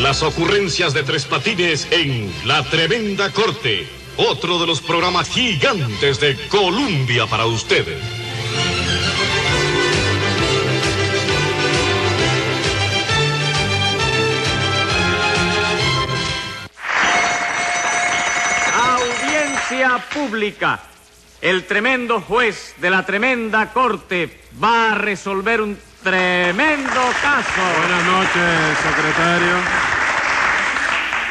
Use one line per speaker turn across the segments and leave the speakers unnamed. Las ocurrencias de Tres Patines en La Tremenda Corte, otro de los programas gigantes de Colombia para ustedes.
Audiencia pública. El tremendo juez de la tremenda corte va a resolver un tremendo caso.
Buenas noches, secretario.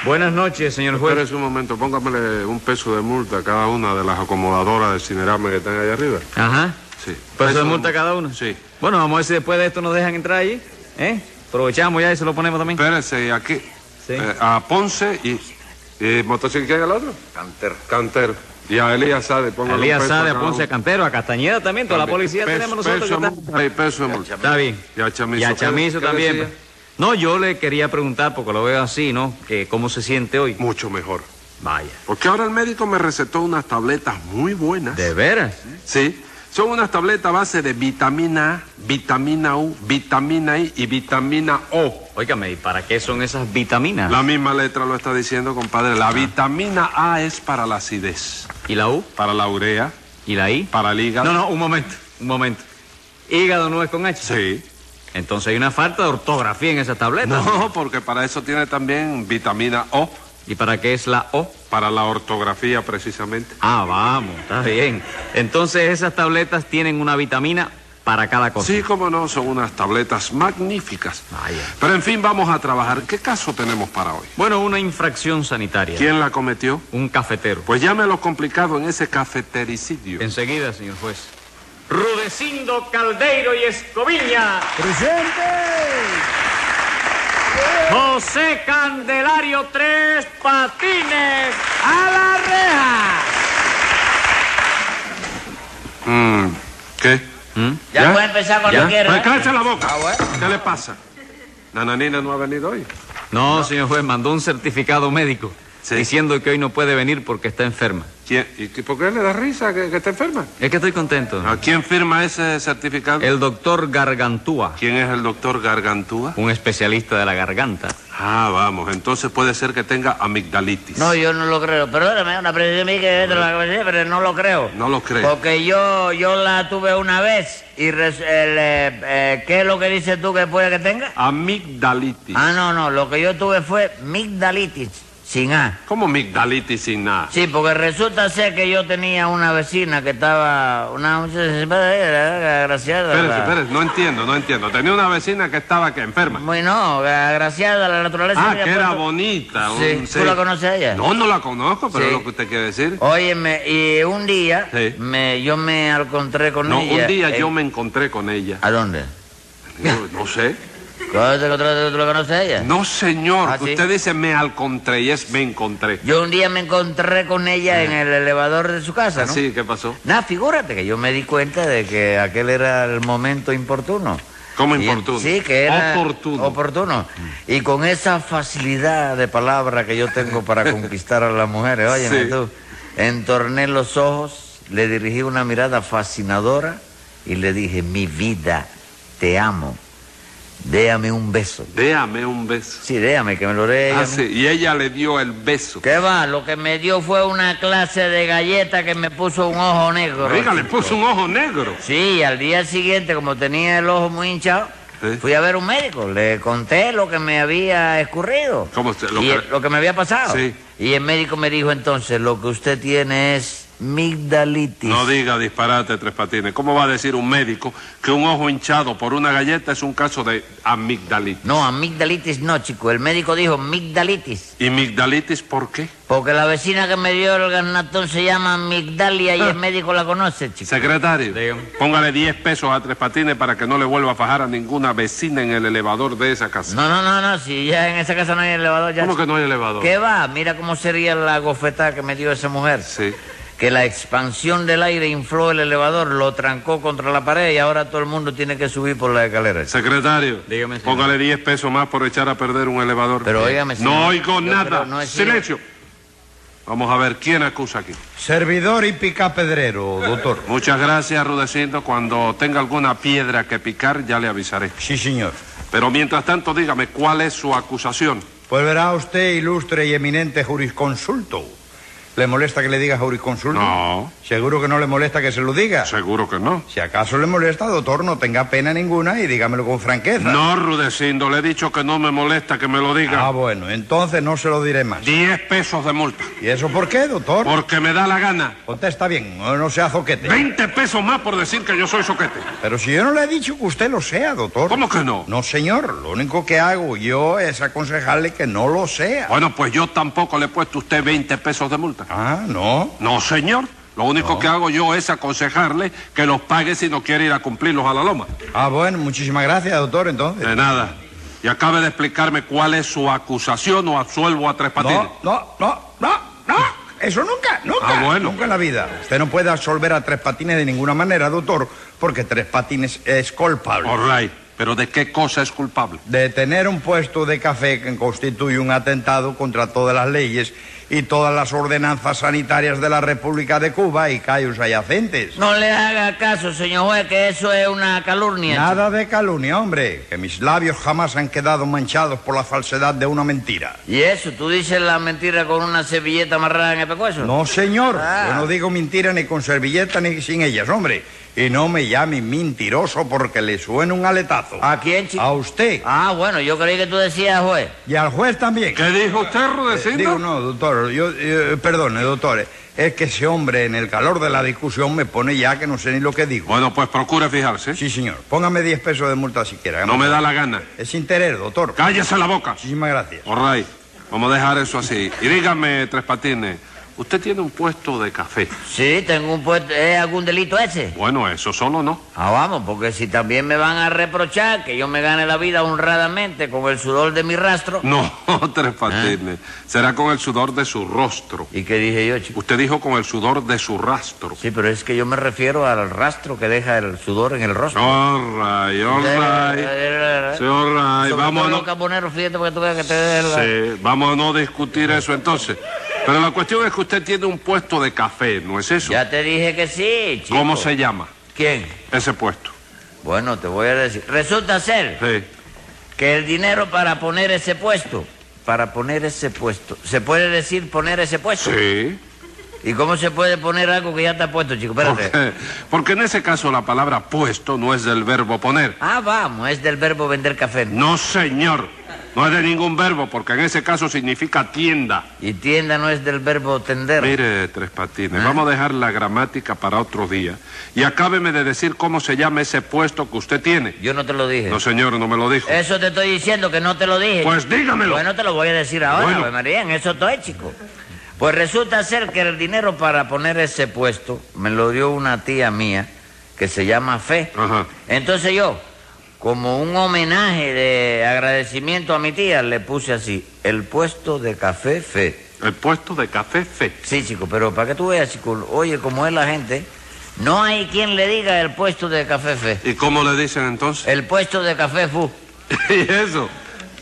Buenas noches, señor juez.
Espérese un momento, póngamele un peso de multa a cada una de las acomodadoras de Cinerama que están allá arriba.
Ajá.
Sí.
¿Peso de multa cada uno?
Sí.
Bueno, vamos a ver si después de esto nos dejan entrar allí. ¿Eh? Aprovechamos ya y se lo ponemos también.
Espérese, ¿y aquí?
Sí.
Eh, a Ponce y... ¿Y motocicleta el otro? Cantero. Cantero. Y a Elías Sade, póngale
Elías
un peso
Sade, a
cada
Ponce, a
uno.
Campero, a Castañeda también, toda la policía
Peso-
tenemos nosotros.
Peso
que
de
está-
multa y peso de multa.
Está bien.
Y a Chamizo.
Y a
¿Qué-
Chamizo
qué
también.
decía?
No, yo le quería preguntar, porque lo veo así, ¿no? Que cómo se siente hoy.
Mucho mejor.
Vaya.
Porque ahora el médico me recetó unas tabletas muy buenas.
¿De veras?
Sí, son unas tabletas a base de vitamina A, vitamina U, vitamina I y vitamina O.
Óigame, ¿y para qué son esas vitaminas?
La misma letra lo está diciendo, compadre. La vitamina A es para la acidez,
¿Y la U?
para la urea,
¿Y la I?
para el hígado.
No, no, un momento, un momento. Hígado no es con H.
Sí.
Entonces hay una falta de ortografía en esa tableta.
No, porque para eso tiene también vitamina O,
¿Y para qué es la O?
para la ortografía precisamente.
Ah, vamos, está bien. Entonces esas tabletas tienen una vitamina para cada cosa.
Sí, como no, son unas tabletas magníficas.
Vaya.
Pero en fin, vamos a trabajar. ¿Qué caso tenemos para hoy?
Bueno, una infracción sanitaria.
¿Quién la cometió?
Un cafetero.
Pues llámelo complicado en ese cafetericidio.
Enseguida, señor juez. Rudecindo Caldeiro y Escoviña. ¡Presente! José Candelario Tres Patines a la reja.
Mm, ¿Qué?
Ya,
¿Ya?
puede empezar cuando
¿Ya?
quiera.
Pues
¿eh?
cállese la boca. ¿Qué le pasa? Nananina no ha venido hoy.
No, señor juez, mandó un certificado médico
Sí.
diciendo que hoy no puede venir porque está enferma.
¿Quién? ¿Y qué- por qué le da risa que, que está enferma?
Es que estoy contento.
¿A quién firma ese certificado?
El doctor Gargantúa,
¿Quién es el doctor Gargantúa?
un especialista de la garganta.
Ah, vamos, entonces puede ser que tenga amigdalitis.
No, yo no lo creo. Perdóname, una presión mía que es de la cabecera, pero no lo creo.
No lo creo.
Porque yo, yo la tuve una vez y res- el, eh, eh, ¿qué es lo que dices tú que puede que tenga?
Amigdalitis.
Ah, no, no, lo que yo tuve fue migdalitis, sin A.
¿Cómo amigdalitis sin nada?
Sí, porque resulta ser que yo tenía una vecina que estaba, una muchacha, eh, agraciada.
Espérese,
la-
espérese, no entiendo, no entiendo. Tenía una vecina que estaba que enferma.
Muy no, agraciada la naturaleza.
Ah,
había
que era
puesto-
bonita.
Sí,
un-
¿tú la conoces a ella?
No, no la conozco, pero
Sí.
es lo que usted quiere decir.
Óyeme, y un día
Sí.
me, yo me encontré con eh.
No,
ella.
un día
en-
yo me encontré con ella.
¿A dónde?
No, no sé.
¿Cómo te encontraste? ¿Tú la conoces a ella?
No, señor.
Ah, ¿sí?
Usted dice me encontré y es me encontré.
Yo un día me encontré con ella en el elevador de su casa, ¿no?
Ah. Sí, ¿qué pasó?
Nada, figúrate que yo me di cuenta de que aquel era el momento importuno.
¿Cómo
Y-
importuno?
Sí, que era
Oportuno. Mm.
oportuno. Y con esa facilidad de palabra que yo tengo para conquistar a las mujeres, oye,
Sí.
tú, entorné los ojos, le dirigí una mirada fascinadora y le dije, mi vida, te amo, déame un beso.
Déame un beso.
Sí, déame, que me lo dé. ella
Ah, sí, Y ella le dio el beso.
¿Qué va? Lo que me dio fue una clase de galleta que me puso un ojo negro.
Oiga, le
chico.
puso un ojo negro.
Sí, al día siguiente, como tenía el ojo muy hinchado,
Sí.
fui a ver un médico. Le conté lo que me había escurrido.
¿Cómo se- lo
y
que-
el- lo que me había pasado.
Sí.
Y el médico me dijo entonces, lo que usted tiene es migdalitis.
No diga disparate, Tres Patines. ¿Cómo va a decir un médico que un ojo hinchado por una galleta es un caso de amigdalitis?
no, amigdalitis no, chico. El médico dijo migdalitis.
¿Y migdalitis por qué?
Porque la vecina que me dio el garnatón se llama Migdalia y el médico la conoce, chico.
Secretario,
Dígame.
póngale 10 pesos a Tres Patines para que no le vuelva a fajar a ninguna vecina en el elevador de esa casa.
No, no, no, no. Si ya en esa casa no hay elevador, ya.
¿Cómo que no hay elevador?
¿Qué va? Mira cómo sería la gofetada que me dio esa mujer.
Sí.
que la expansión del aire infló el elevador, lo trancó contra la pared y ahora todo el mundo tiene que subir por las escaleras.
Secretario,
Dígame, señor.
póngale 10 pesos más por echar a perder un elevador.
Pero óigame, señor,
No oigo
yo
nada.
creo no es
Silencio. Vamos a ver quién acusa aquí.
Servidor y picapedrero, doctor.
Muchas gracias, Rudecindo. Cuando tenga alguna piedra que picar, ya le avisaré.
Sí, señor.
Pero mientras tanto, dígame, ¿cuál es su acusación?
Pues verá usted, ilustre y eminente jurisconsulto. ¿Le molesta que le diga jurisconsulto?
No.
¿Seguro que no le molesta que se lo diga?
Seguro que no.
Si acaso le molesta, doctor, no tenga pena ninguna y dígamelo con franqueza.
No, Rudecindo, le he dicho que no me molesta que me lo diga.
Ah, bueno, entonces no se lo diré más.
Diez pesos de multa.
¿Y eso por qué, doctor?
Porque me da la gana.
Contesta bien, no, no sea zoquete.
Veinte pesos más por decir que yo soy soquete.
Pero si yo no le he dicho que usted lo sea, doctor.
¿Cómo que no?
No, señor, lo único que hago yo es aconsejarle que no lo sea.
Bueno, pues yo tampoco le he puesto a usted veinte pesos de multa.
Ah, no.
No, señor. Lo único que hago yo es aconsejarle que los pague si no quiere ir a cumplirlos a la loma.
Ah, bueno, muchísimas gracias, doctor, entonces.
De nada. Y acabe de explicarme cuál es su acusación o absuelvo a Tres Patines.
No, no, no, no, no. Eso nunca, nunca.
Ah, bueno.
Nunca en la vida. Usted no puede absolver a Tres Patines de ninguna manera, doctor, porque Tres Patines es culpable.
All right. Pero ¿de qué cosa es culpable?
De tener un puesto de café que constituye un atentado contra todas las leyes y todas las ordenanzas sanitarias de la República de Cuba y callos adyacentes.
No le haga caso, señor juez, que eso es una calumnia.
Nada de calumnia, hombre, que mis labios jamás han quedado manchados por la falsedad de una mentira.
¿Y eso? ¿Tú dices la mentira con una servilleta amarrada en el pescuezo?
No, señor.
Ah.
Yo no digo mentira ni con servilleta ni sin ellas, hombre. Y no me llame mentiroso porque le suena un aletazo.
¿A quién, chico?
A usted.
Ah, bueno, yo creí que tú decías, juez.
Y al juez también.
¿Qué dijo usted, Rudecindo?
Digo, no, doctor. Yo, eh, perdone, doctor. Es que ese hombre en el calor de la discusión me pone ya que no sé ni lo que digo.
Bueno, pues procure fijarse.
Sí, señor. Póngame 10 pesos de multa si quiera.
No me da la gana.
Es sin interés, doctor.
Cállese la boca.
Muchísimas gracias.
All right. Vamos a dejar eso así. Y dígame, Tres Patines, usted tiene un puesto de café.
Sí, tengo un puesto. ¿Es algún delito ese?
Bueno, eso solo no.
Ah, vamos, porque si también me van a reprochar que yo me gane la vida honradamente con el sudor de mi
Mm.
rastro.
No, Tres
¿Eh?
Patines. Será con el sudor de su rostro.
¿Y qué dije yo, chico?
Usted dijo con el sudor de su rastro.
Sí, pero es que yo me refiero al rastro que deja el sudor en el rostro.
All right, all
Eh,
right. Sí, all right.
Sobre
Vamos
todo
a
los
no...
caponeros, fíjate porque tú veas que te dé la-
Sí, vamos a no discutir eso entonces. Pero la cuestión es que usted tiene un puesto de café, ¿no es eso?
Ya te dije que sí, chico.
¿Cómo se llama
¿Quién?
ese puesto?
Bueno, te voy a decir. Resulta ser
Sí.
que el dinero para poner ese puesto, para poner ese puesto, ¿se puede decir poner ese puesto?
Sí.
¿Y cómo se puede poner algo que ya está puesto, chico? Espérate.
Porque, porque en ese caso la palabra puesto no es del verbo poner.
Ah, vamos, es del verbo vender café.
No, señor. No es de ningún verbo, porque en ese caso significa tienda.
Y tienda no es del verbo tender.
Mire, Tres Patines, vamos a dejar la gramática para otro día. Y acábeme de decir cómo se llama ese puesto que usted tiene.
Yo no te lo dije.
No, señor, no me lo dijo.
Eso te estoy diciendo que no te lo dije.
Pues dígamelo.
Bueno, te lo voy a decir ahora,
Bueno.
Ave María, en eso estoy, chico. Pues resulta ser que el dinero para poner ese puesto me lo dio una tía mía que se llama Fe.
Ajá.
Entonces yo, como un homenaje de agradecimiento a mi tía, le puse así, el puesto de café Fe.
El puesto de café fe.
Sí, chico, pero para que tú veas, chico, oye, como es la gente, no hay quien le diga el puesto de café Fe.
¿Y cómo le dicen entonces?
El puesto de café Fu.
¿Y eso?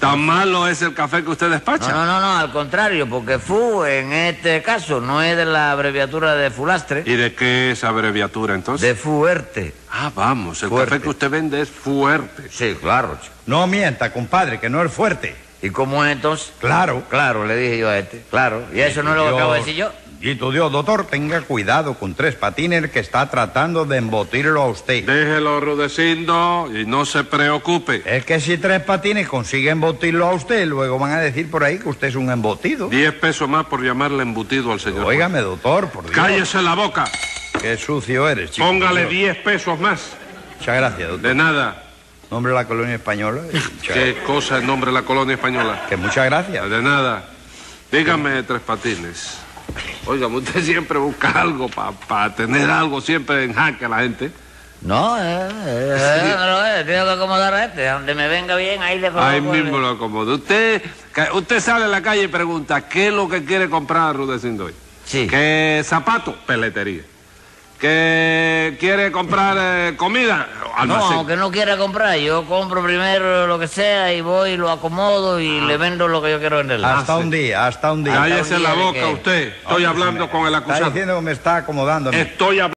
¿Tan malo es el café que usted
No,
despacha?
no, no, no, al contrario, porque FU en este caso no es de la abreviatura de fulastre,
¿Y de qué es abreviatura entonces?
de fuerte.
Ah, vamos, el
Fuerte.
café que usted vende es fuerte.
Sí, claro, chico.
No mienta, compadre, que no es fuerte.
¿Y cómo es entonces?
Claro.
Claro, le dije yo a este, claro. ¿Y eso no es lo que
Dios.
acabo de decir yo?
Y tu Dios, doctor, tenga cuidado con tres patines que está tratando de embotirlo a usted.
Déjelo, Rudecindo, y no se preocupe.
Es que si tres patines consigue embotirlo a usted, luego van a decir por ahí que usted es un embotido.
Diez pesos más por llamarle embutido al señor.
Óigame, doctor, por Dios.
Cállese la boca.
Qué sucio eres, chico.
Póngale
Dios.
diez pesos más.
Muchas gracias, doctor.
De nada.
Nombre de la colonia española. y muchas-
Qué cosa el nombre de la colonia española.
Que muchas gracias.
De nada. Dígame, Tres Patines. Óigame, usted siempre busca algo para tener algo siempre en jaque a la gente.
No, eh, eh, eh, no lo es, tengo que acomodar a este, a donde me venga bien, ahí le
Ahí
coloco el-
mismo lo acomoda. Usted, ca- usted sale a la calle y pregunta, ¿qué es lo que quiere comprar Rudecindo hoy?
Sí.
¿Qué zapato? Peletería. ¿Qué quiere comprar eh, comida?
No,
Almacén.
aunque no quiera comprar, yo compro primero lo que sea y voy, lo acomodo
Ah.
y le vendo lo que yo quiero venderle.
Hasta un día, hasta un día.
Cállese la boca usted. Estoy hablando con el
Está
acusado.
diciendo que me está acomodando. a mí.
Estoy hablando.